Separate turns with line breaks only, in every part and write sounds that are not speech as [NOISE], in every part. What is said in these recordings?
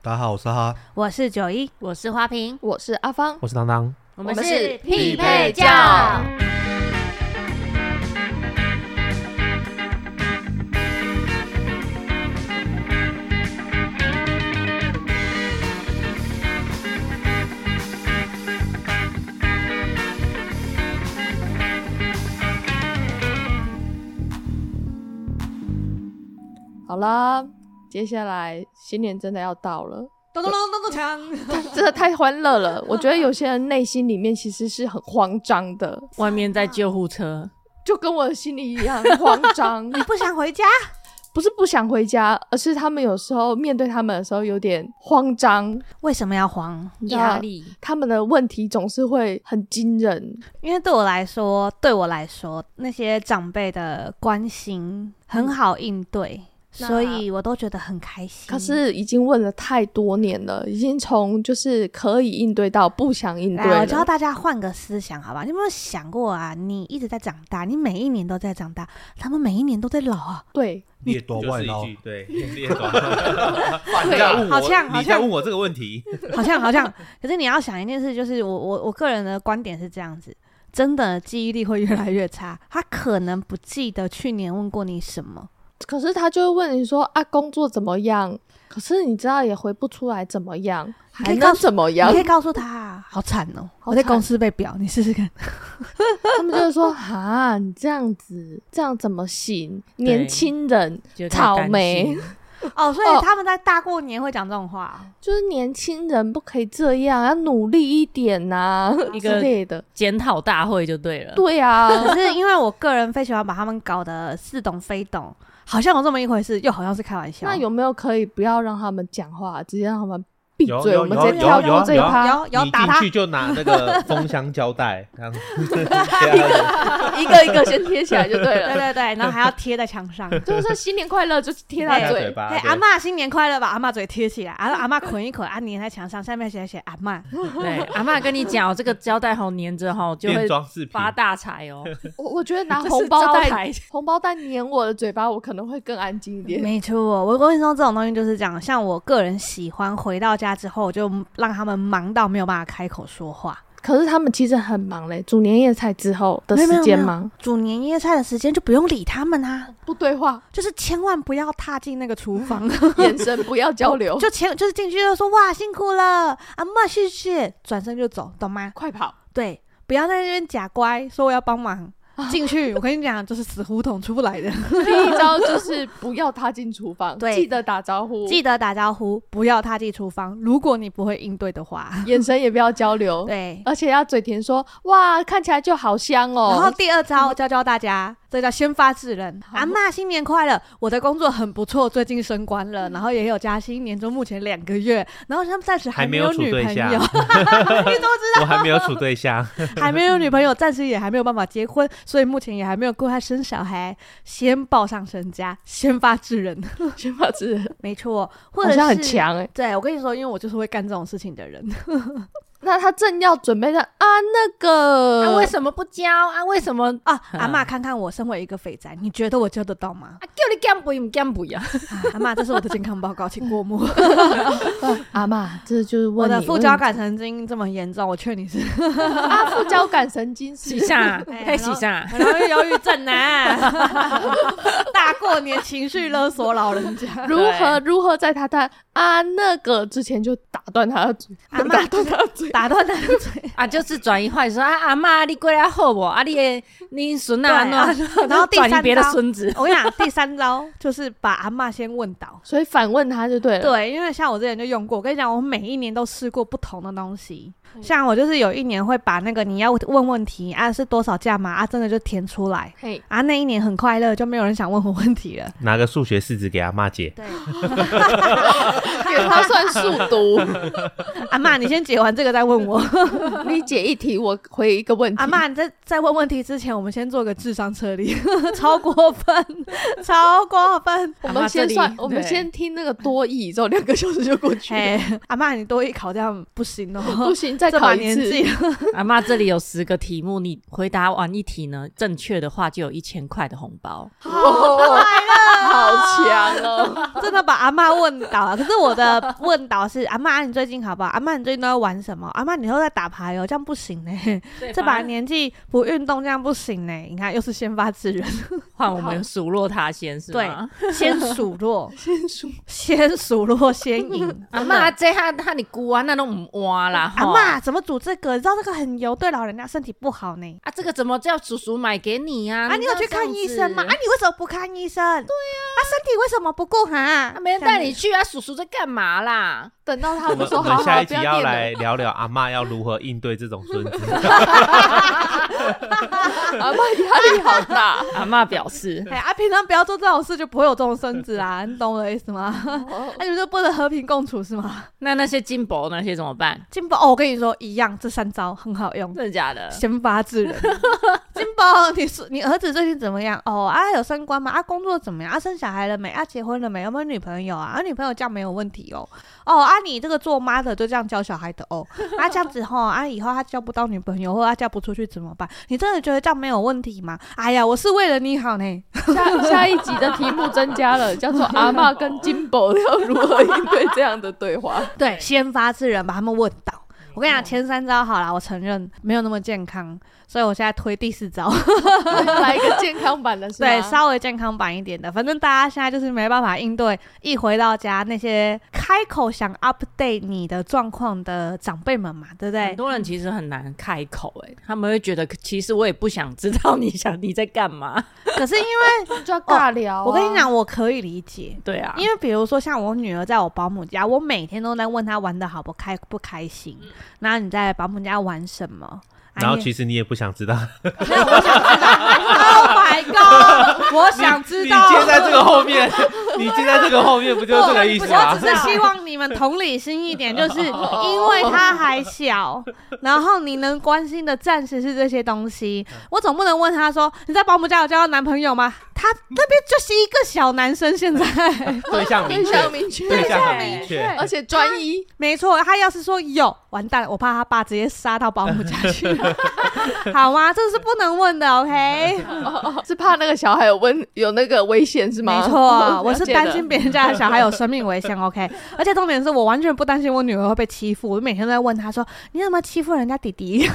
大家好，我是哈哈，
我是九一，
我是花瓶，
我是阿芳，
我是当当，
我
们是
匹
配
教。
好啦，接下来新年真的要到了，
咚咚咚咚咚锵！
[LAUGHS] 真的太欢
[LAUGHS]
乐了。我觉得有些人内心里面其实是很慌张的，
外面在救护车，
就跟我的心里一样慌
[LAUGHS]
张。
你不想回家？
不是不想回家，而是他们有时候面对他们的时候有点慌张，
为什么要慌？
你知
压
道
力
他们的问题总是会很惊人。
嗯
因为对我来说，对我来说，那些长辈的关心很好应对，
那
所以我都觉得很开心。
可是已经问了太多年了，已经从就是可以应对到不想应对
哎
来，我教
了。
大家换个思想，好吧？你有没有想过啊？你一直在长大，你每一年都在长大，他们每一年都在老啊。
对，
猎多
就
外
是
劳
一句，
[LAUGHS]
对，猎多外
哇你在问我
好呛好
你在
呛
问我这个问题，
好像好像，可是你要想一件事，就是我我我个人的观点是这样子，真的记忆力会越来越差，他可能不记得去年问过你什么，
可是他就会问你说啊，工作怎么样？可是你知道也回不出来怎么样，
你可
还
以
能
告诉
怎么
你
样
可？以告诉他啊，好惨哦、我在
好惨
公司被表，你试试看。
他们就会说啊，你这样子，这样怎么行？
对
年轻人
就在
草莓
担心，
[LAUGHS] 哦，所以
哦
他们在大过年会讲这种话哦、
就是年轻人不可以这样，要努力一点呐、
一个
之类的。
检讨大会就对了。
对啊，
可是因为我个人非喜欢把他们搞得似懂非懂，好像有这么一回事，又好像是开玩笑。
那有没有可以不要让他们讲话，直接让他们闭
有
嘴？
有
我们
有
直接
有
跳
有
过这一
有
趴。
有有
你
打他
进去就拿那个封箱胶带，这样这样
一个一个先贴起来就 [LAUGHS] 对啊
对对
了。
对，然后还要贴在墙
[LAUGHS]
上。
就是说新年快乐，就贴
贴
他
在嘴
嘴。
巴。
嘿，
啊对
哎阿嬷新年快乐吧！阿嬷嘴贴起来，阿阿嬷捆一捆，啊粘在墙上，下面写写阿 [LAUGHS] 嬷。
对，阿妈跟你讲哦，这个胶带好粘着哈，就
变
会
装饰品，
发大财哦。
我我觉得拿
[LAUGHS] 这是
红包
招
袋
牌，
红包袋粘我的嘴巴，我可能会更安静一点。
没错，我跟你说，这种东西就是这样。像我个人喜欢回到家之后，我就让他们忙到没有办法开口说话。
可是他们其实很忙嘞，煮年夜菜之后的时间吗？
煮年夜菜的时间就不用理他们啊，
不对话， [LAUGHS]
就是千万不要踏进那个厨房，
眼神不要
[LAUGHS]
交流，
就前就是进去就说哇辛苦了，阿嬷谢谢，转身就走，懂吗？
快跑！
对，不要在那边假乖，说我要帮忙。进去，我跟你讲，就是死胡同出不来的。
第一招就是不要踏进厨房，
对
记得打招呼，
记得打招呼，不要踏进厨房。如果你不会应对的话，
眼神也不要交流，
对。
而且要嘴甜说哇，看起来就好香哦。
然
[LAUGHS]
后第二招教教大家，这叫先发制人。阿嬷新年快乐！我的工作很不错，最近升官了，然后也有加薪，年终目前两个月，然后他们暂时
还
没
没有处
女朋友，
对
[LAUGHS]
象
你都知
我还没有处对象，
[LAUGHS] 道，还没有女朋友，暂时也还没有办法结婚，所以目前也还没有规划生小孩，先报上身家，先发制人，
先把自己
[LAUGHS] 没错，或
好
者是
像很。强哎。
对，我跟你说，因为我就是会干这种事情的 [LAUGHS] 人。
那他正要准备的啊，那个、
啊，为什么不教啊？为什么啊？
啊，阿嬷，看看我身为一个肥宅，你觉得我救得到 [LAUGHS]
啊
吗？
叫你干不赢，干不赢。
啊阿嬷，这是我的健康报告，请过目。
[LAUGHS] 阿啊妈，这就是问
[LAUGHS] 我的
你
副交感神经这么严重，我劝 [LAUGHS] 你是
问啊，副交感神经
喜
是
上，
哎
嘿，喜上。
很容易忧郁症呢、 [LAUGHS] 大过年情绪勒索老人家，
如啊何如何在他他啊那个之前就打断他的嘴，
阿嬷
打断他的嘴
打断他的嘴，
啊， [LAUGHS] 就是转移话题说啊，阿妈你过来吼我，啊你的你孙啊，
对啊
怎样
然后第
转移
三
别的
招
孙子，
[LAUGHS] 我跟你讲，第三招就是把阿嬷先问倒。
[LAUGHS] 所以反问他就对了。
对，因为像我之前就用过，我跟你讲，我每一年都试过不同的东西。
嗯
像我就是有一年会把那个你要问问题啊是多少价码啊，真的就填出来
嘿，
啊。那一年很快乐，就没有人想问我问题了。
拿个数学式子给阿妈
[LAUGHS]
解，
对，
给他算数独，
阿嬷，你先解完这个再问我。
[LAUGHS]
[LAUGHS]
你解一题，我回一个问题。
阿嬷，你在在问问题之前，我们先做个智商测验， [LAUGHS] 超过分， [LAUGHS] 超过分。
我
阿
们
嬷
先
这里
算，我们
对
先听那个多义，之后两个小时就过去了，
哎， [LAUGHS] 阿嬷，你多一考这样不行
[LAUGHS] 不
哦，
行，再
这
考
把
一
年
次。
纪了。
[LAUGHS] 阿妈这里有十个题目，你回答完一题呢，正确的话就有一千块的红包。
哦，好强哦！
[LAUGHS] 真的把阿嬷问倒啊了。可是我的 [LAUGHS] 问倒是阿嬷，啊你最近好不好？阿嬷，你最近都在玩什么？阿嬷，你都在打牌哦，这样不行呢。这把年纪不运动，这样不行呢。你看，又是先发制人，
换我们数落他先是吗？
先数落， [LAUGHS] 先数，先数落，先 [LAUGHS] 赢。
阿妈这他他你姑啊，那都唔哇啦。
阿
吼
嬷怎么煮这个？你知道这个很油，对老人家身体不好呢。
啊，这个怎么叫叔叔买给你呀？
啊，你有去看医生吗？啊，你为什么不看医生？对啊，啊，身体为什么不顾好啊，
啊，？没人带你去啊，叔叔在干嘛啦？
等到他
我
们
们
说
我
好
们下
好，
一
不
集要
念
来
了，
聊聊阿妈要如何应对这种孙子。
阿妈压力好大。
[LAUGHS] 阿妈表示
哎，啊，平常不要做这种事，就不会有这种孙子啦，你懂我的意思吗？ [LAUGHS] 啊那、你们就不能和平共处是吗？ [LAUGHS]
那那些金箔那些怎么办？
金宝、哦，我跟你说，一样，这三招很好用，
真的假的？
先发制人。金宝，你说你儿子最近怎么样？哦啊，有升官吗？啊，工作怎么样？啊，生小孩了没？啊，结婚了没？有没有女朋友啊？啊，女朋友这样没有问题哦。哦啊，你这个做妈的就这样教小孩的哦。啊，这样子吼，啊，以后他交不到女朋友或他嫁不出去怎么办？你真的觉得这样没有问题吗？哎呀，我是为了你好呢。
[LAUGHS] 下下一集的题目增加了，叫做阿妈跟金宝要如何应对这样的对 [LAUGHS] 话。
对，先发制人，把他们问倒。我跟你讲，前三招好啦，我承认没有那么健康， [LAUGHS] 所以我现在推第四招。
来一个健康版的是吗？
对，稍微健康版一点的。反正大家现在就是没办法应对，一回到家那些开口想 update 你的状况的长辈们嘛，对不
很
对？
多人其实很难开口、哎，他们会觉得其实我也不想知道你想你在干嘛。 [LAUGHS]
可是因为
就要尬聊啊、
我跟你讲，我可以理解。
对啊，
因为比如说像我女儿在我保姆家，我每天都在问她玩的好不开不开心，然后你在保姆家玩什么？啊
然后
你
其实你也不想知道，
没有我想知道，Oh my god！我想知道，
你接在这个后面，你接在这个后面，不就是这个意思
我
吗
只？是希望你们同理心一点，就是因为他还小，然后你能关心的暂时是这些东西。我总不能问他说：“你在保姆家有交到男朋友吗？”他那边就是一个小男生，现在
对象明
对
确
象，明确，
对象很明确，
而且专一。
没错。他要是说有，完蛋了，我怕他爸直接杀到保姆家
[LAUGHS]
去，好吗？这是不能问的，OK？
是怕那个小孩有问有那个危险是吗？
没
[LAUGHS]
错，啊我
了
是
解
担
的
心别人家的小孩有生命危
[LAUGHS]
险，OK。而且重点是我完全不担心我女儿会被欺负，我每天都在问她说：“你怎么欺负人家弟弟？”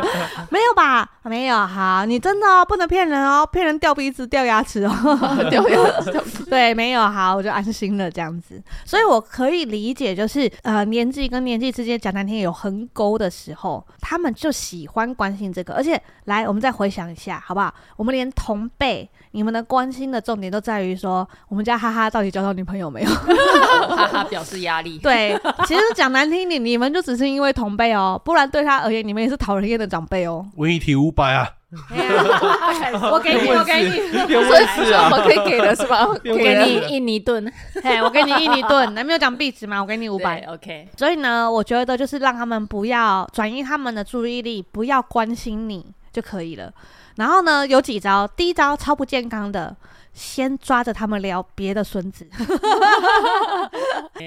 [LAUGHS] 没有吧？没有，好，你真的、哦、不能骗人哦，骗人掉鼻子掉牙齿哦。
[LAUGHS] 掉牙齿。
[LAUGHS] 对，没有，好，我就安心了这样子。所以我可以理解，就是呃，年纪跟年纪之间讲难听有横沟的时候，他们就喜欢关心这个。而且，来，我们再回想一下，好不好？我们连同辈，你们的关心的重点都在于说，我们家哈哈到底交到女朋友 [LAUGHS] 没有？
哈哈表示压力。
对，其实讲难听一点，你们就只是因为同辈哦，不然对他而言，你们也是讨人厌的长辈 [LAUGHS] 哦。
文一体五百啊，
哎
[LAUGHS]
我给你，我给你。
变
所以
温
是
室
我
啊，
们可以给的 [LAUGHS] 是吧？
我
了
给你印尼盾
[LAUGHS] 嘿，我给你印尼盾，那没有讲壁纸吗？我给你五
五
百啊
百。，OK。
所以呢，我觉得就是让他们不要转移他们的注意力，不要关心你就可以了。然后呢，有几招，第一招超不健康的，先抓着他们聊别的孙 [LAUGHS] 子，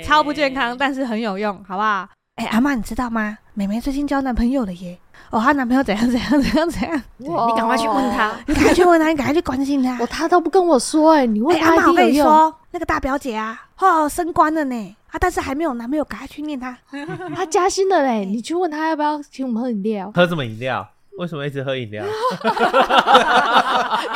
超不健康，但是很有用，好不好？哎、阿妈，你知道吗？妹妹最近交男朋友了耶！哦，她男朋友怎样怎样怎样怎样，
你赶快去问 [LAUGHS] 他。
你赶快去问她，你赶快去关心她。
我他都不跟我说哎、你问
哎、
他
阿
一
[LAUGHS] 妈，我
定
跟
有
你
用。
说，那个大表姐啊，哦，升官了呢，啊，但是还没有男朋友，赶快去念她。
他加薪了嘞，你去问他要不要请我们喝饮料。
喝什么饮料？为什么一直喝饮料？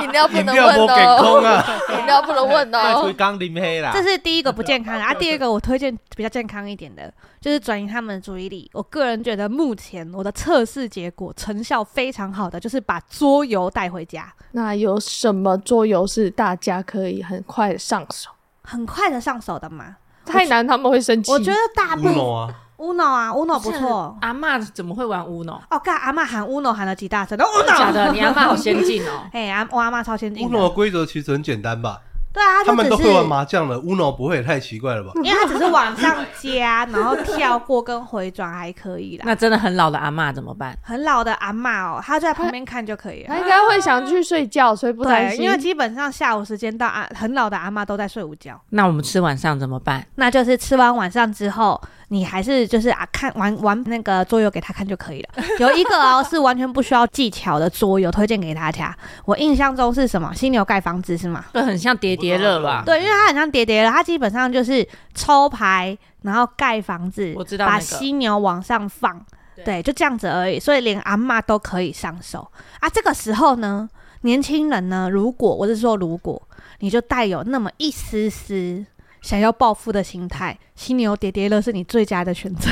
饮料不
饮
能
料
问
不给空
哦，
啊！
饮料不能问
卖出
[LAUGHS] 哦。
刚啉黑啦
这。是第一个不健康的啊。第二个我推荐比较健康一点的，就是转移他们的注意力。我个人觉得目前我的测试结果成效非常好的，就是把桌游带回家，
那有什么桌游是大家可以很快上手？
很快的上手的嘛。
太难他们会生气。
我觉得大部分
Uno 啊，
Uno 啊，Uno 不错。
哎阿嬷怎么会玩 Uno？
哦，干阿妈喊 Uno 喊了几大声，都
真的哦假
Uno。。
的？你阿嬷好先进哦
[LAUGHS] 哎，阿我阿妈超先进
乌
的。
诺的规则其实很简单吧？
对啊，
他们都
就只
会
是嗯
玩麻将了，乌诺不会也太奇怪了吧？
因为他只是往上 [LAUGHS] 加，然后跳过跟回转还可以啦。
那真的很老的阿嬷怎么办？
很老的阿嬷哦，她就在旁边看就可以
他
了。
应该会想去睡觉，所以不担
对，
心。
因为基本上下午时间到，阿很老的阿嬷都在睡午觉。
那我们吃晚上怎么办？
那就是吃完晚上之后，你还是就是啊看玩玩那个桌游给他看就可以了。有一个哦是完全不需要技巧的桌游，推荐给大家。我印象中是什么？犀牛盖房子是吗？
这很像叠叠乐吧？
对，因为它很像叠叠了，它基本上就是抽牌，然后盖房子，
我知道那
把
个
犀牛往上放，
对
对，就这样子而已。所以连阿嬷都可以上手啊。这个时候呢，年轻人呢，如果我是说如果你就带有那么一丝丝。想要报复的心态，犀牛叠叠乐是你最佳的选
[LAUGHS]
择，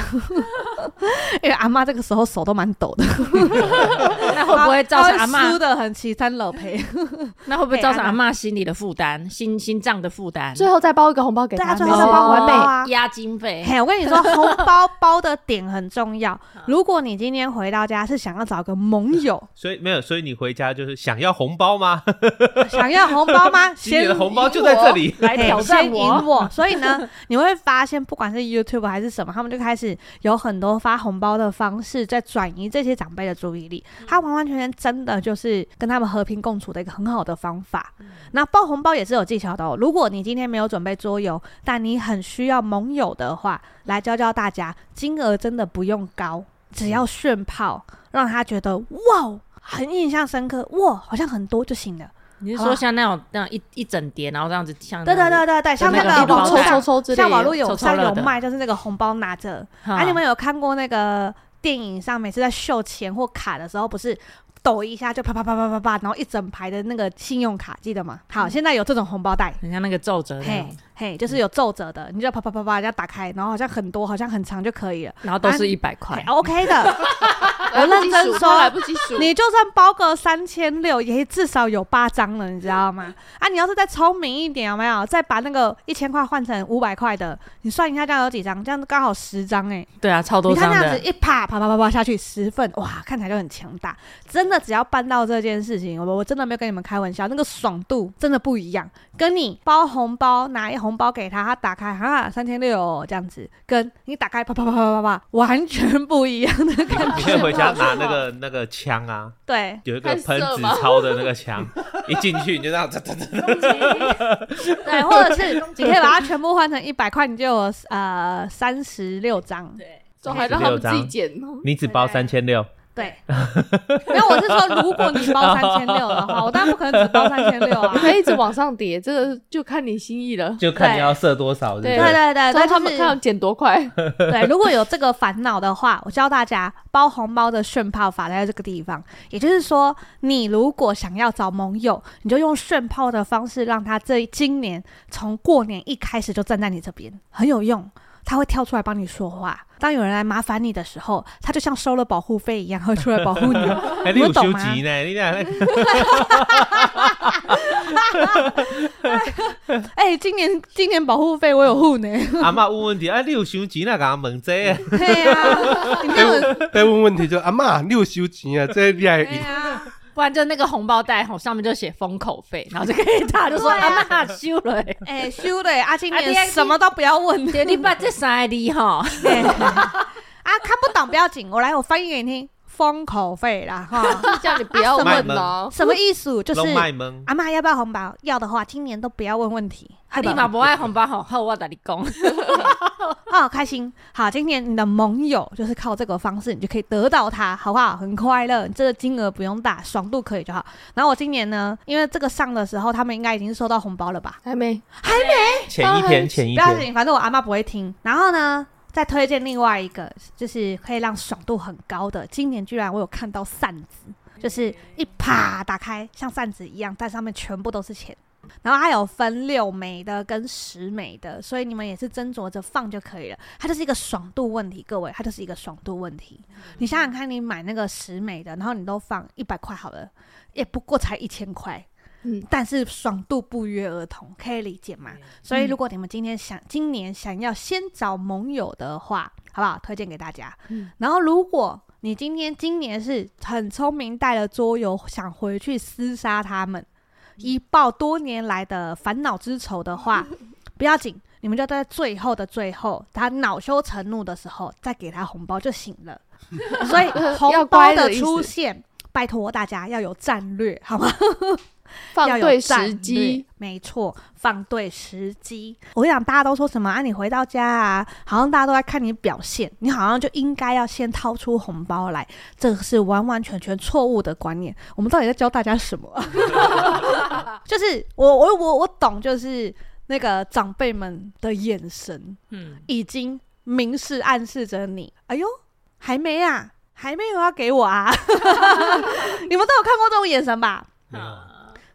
因为阿嬷这个时候手都蛮
[LAUGHS]
抖的，
那会不会造成
她
阿
会输
嬷？
的很凄惨了
[LAUGHS]
赔？
那会不会造
哎
成阿嬷心理的负担、心心脏的负担？
最后再包一个红包给
对
他，
啊，最
没
后
事
是包
完美。
啊，
压经
哎
费，
嘿，我跟你说，红
[LAUGHS]
包包的点很重要。
嗯
如果你今天回到家是想要找个盟
[LAUGHS]
友，
所以没有，所以你回家就是想要红
[LAUGHS]
包吗？
想要红包吗？
今年
先
的红包就在这里。
来
嘿
挑
先
战
赢
我，
我。所以呢，你会发现，不管是 YouTube 还是什么，他们就开始有很多发红包的方式，在转移这些长辈的注意力。他完完全全真的就是跟他们和平共处的一个很好的方法。那包红包也是有技巧的哦。如果你今天没有准备桌游，但你很需要盟友的话，来教教大家，金额真的不用高，只要炫炮，让他觉得哇。很印象深刻，哇，好像很多就行了。
你是说像那种那样一一整叠，然后这样子像
对对对对对，像
那
那
个
个
一路
网
抽
络上
抽抽之类的。
像
啊
网络有
抽抽
上
乐
有
的
卖，就是那个红包拿着。
哈
哎、你们有看过那个电影上每次在秀钱或卡的时候，不是抖一下就啪啪啪啪啪啪，然后一整排的那个信用卡，记得
嗯
吗？好，现在有这种红包袋。
很像那个皱褶那
嘿
种，
嘿，就是有皱褶的，你就啪啪啪啪这样打开，然后好像很多，好像很长就可以了。
然后都
啊
是一百块
嘿。OK
[LAUGHS]
的，我认真
来不及数
说
他来不及数，
你就算包个三千六，也至少有八张了，你知道吗？啊，你要是再聪明一点，有没有？再把那个一千块换成五百块的，你算一下这样有几张？这样刚好十张哎、
对啊，超多
你看
张
那样
的
子。一啪啪啪啪啪下去十份，哇，看起来就很强大。真的，只要办到这件事情，我我真的没有跟你们开玩笑，那个爽度真的不一样。跟你包红包，拿一红包给他，他打开哈三千六这样子，跟你打开啪啪啪啪啪啪，完全不一样的 [LAUGHS] 感
你可以
觉。
回家拿那个 [LAUGHS] 那个枪啊，
对，
有一个
看色
喷纸
吗
抄的那个枪，一进去你就这样，
对，或者是 [LAUGHS] 你可以把它全部换成一百块，你就有呃三十六张。
总还让他们自己剪 [LAUGHS] 哦。
你只包三千六，
对，没有，我是说，如果你包三千六的话，我当然不可能只包三千六啊
你。可以一直往上叠，这个就看你心意了。
就看你要射多少，
[LAUGHS]
对
对
对
不对？
[LAUGHS] 对对，
然后
但
他们看他们剪
[LAUGHS]
多快，
对，如果有这个烦恼的话，我教大家包红包的炫炮法在这个地方。也就是说，你如果想要找盟友，你就用炫炮的方式，让他这今年从过年一开始就站在你这边，很有用。他会跳出来帮你说话。当有人来麻烦你的时候，他就像收了保护费一样，会出来保护 [LAUGHS] 你。
哎，你
我
有
懂啊
修
吗
集呢？你俩
哎、今年今年保护费我有护呢。
[LAUGHS] 阿嬷问问题，哎，你有修集那个问这 [LAUGHS] 个，
对呀、啊，你这种
被问问题就阿妈，你有收钱啊？这厉害
对呀、
不然就那个红包袋吼上面就写封口费，然后就可以打，就说 [LAUGHS]
对啊
阿妈修了 [LAUGHS] 欸，
哎、修的啊，今
啊你还
年什么都不要问。
姐你把这三个字吼， [LAUGHS]
对 [LAUGHS] 啊，看不懂不要紧，我来我翻译给你听，封口费啦哈，
[LAUGHS] 叫你不要
卖
问
萌
哦。
啊什么意思？就是
龙卖萌，
阿妈要不要红包？要的话，今年都不要问问题，
啊
好
你
吧
嘛不爱红包吼，好我跟你 [LAUGHS] 讲，
哦，开心。好，今年你的盟友就是靠这个方式，你就可以得到它，好不好？很快乐，这个金额不用大，爽度可以就好。然后我今年呢，因为这个上的时候，他们应该已经收到红包了吧？
还没，
前一天前一
哎不要
天，
紧，反正我阿妈不会听。然后呢，再推荐另外一个，就是可以让爽度很高的。今年居然我有看到扇子，就是一啪打开，像扇子一样，但上面全部都是钱。然后它有分六枚的跟十枚的，所以你们也是斟酌着放就可以了。它就是一个爽度问题，各位，它就是一个爽度问题。你想想看，你买那个十枚的，然后你都放一百块好了，也不过才一千块。
嗯，
但是爽度不约而同，可以理解吗？所以如果你们今天想、今年想要先找盟友的话，好不好？推荐给大家。
嗯
然后如果你今天今年是很聪明，带了桌游想回去厮杀他们，以报多年来的烦恼之仇的话，不要紧，你们就在最后的最后，他恼羞成怒的时候，再给他红包就行了。
[LAUGHS]
所以红
要
包
乖的
的
意思
出现，拜托大家要有战略，好吗？要
放
有
对
战
时
略
机，，
没错，放对时机。我跟你讲，大家都说什么啊？你回到家啊，好像大家都在看你表现，你好像就应该要先掏出红包来，这个是完完全全错误的观念。我们到底在教大家什么 [LAUGHS] 啊？就是我我我我懂，就是那个长辈们的眼神
嗯，
已经明示暗示着你，哎呦，还没啊，还没有要给我啊！ [LAUGHS] 你们都有看过这种眼神吧？
没有啊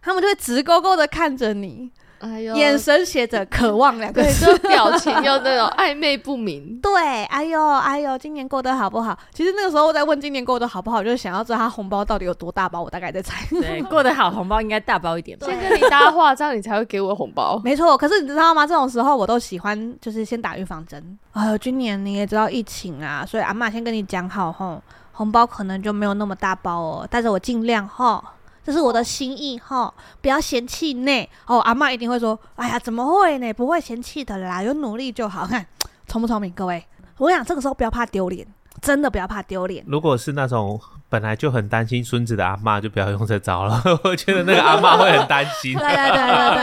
他们就会直勾勾的看着你，
哎呦，
眼神写着渴望两个
对，
字。，
就表情又那种暧昧不明
对，哎呦，哎呦，今年过得好不好？其实那个时候我在问今年过得好不好，就是想要知道他红包到底有多大包，我大概在猜。
对，过得好，红包应该大包一点 [LAUGHS] 吧。
先跟你 [LAUGHS] 搭话，这样你才会给我红包。
[LAUGHS] 没错，可是你知道吗？这种时候我都喜欢就是先打预防针。哎呦，今年你也知道疫情啊，所以阿嬷先跟你讲好吼，红包可能就没有那么大包哦，但是我尽量吼。这是我的心意吼，不要嫌弃呢。哦，阿嬷一定会说：“哎呀，怎么会呢？不会嫌弃的啦，有努力就好。”看聪不聪明，各位？我想这个时候不要怕丢脸，真的不要怕丢
[LAUGHS]
脸。
如果是那种本来就很担心孙子的阿嬷，就不要用这招了。 [LAUGHS] 我觉得那个阿嬷会很担心
[LAUGHS] 对。对
哎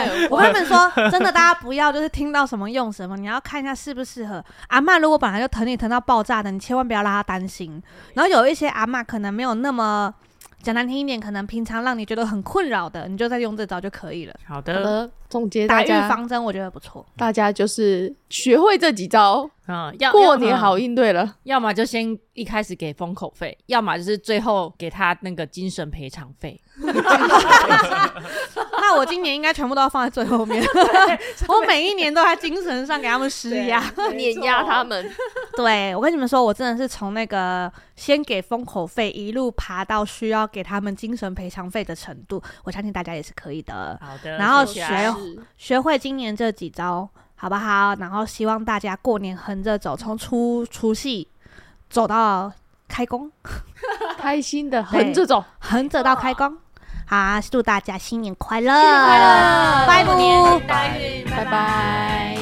对 [LAUGHS] 对
[LAUGHS]
对，我跟你们说，真的，大家不要就是听到什么用什么，你要看一下适不适合。阿嬷如果本来就疼你疼到爆炸的，你千万不要让她担心。然后有一些阿嬷可能没有那么讲难听一点，可能平常让你觉得很困扰的，你就再用这招就可以了。
好
好
的，
的，总结
嗯打
大
预
家，
防针我觉得不错。
大家就是学会这几招，
嗯，要
过年，好
要嗯
应对了。
要么就先一开始给封口费，要么就是最后给他那个精神赔偿费。
那我今年应该全部都要放在最后面，我每一年都在精神上给他们施压。
碾压他们，
[LAUGHS] 对，我跟你们说，我真的是从那个先给封口费，一路爬到需要给他们精神赔偿费的程度，我相信大家也是可以的。
好的，
然后
谢
学
谢啊
学会今年这几招，好不好？然后希望大家过年横着走，从初除夕走到开工，
开心的横着走，
横着到开工。好啊，祝大家新年快乐！
新年快乐
拜拜。
拜拜。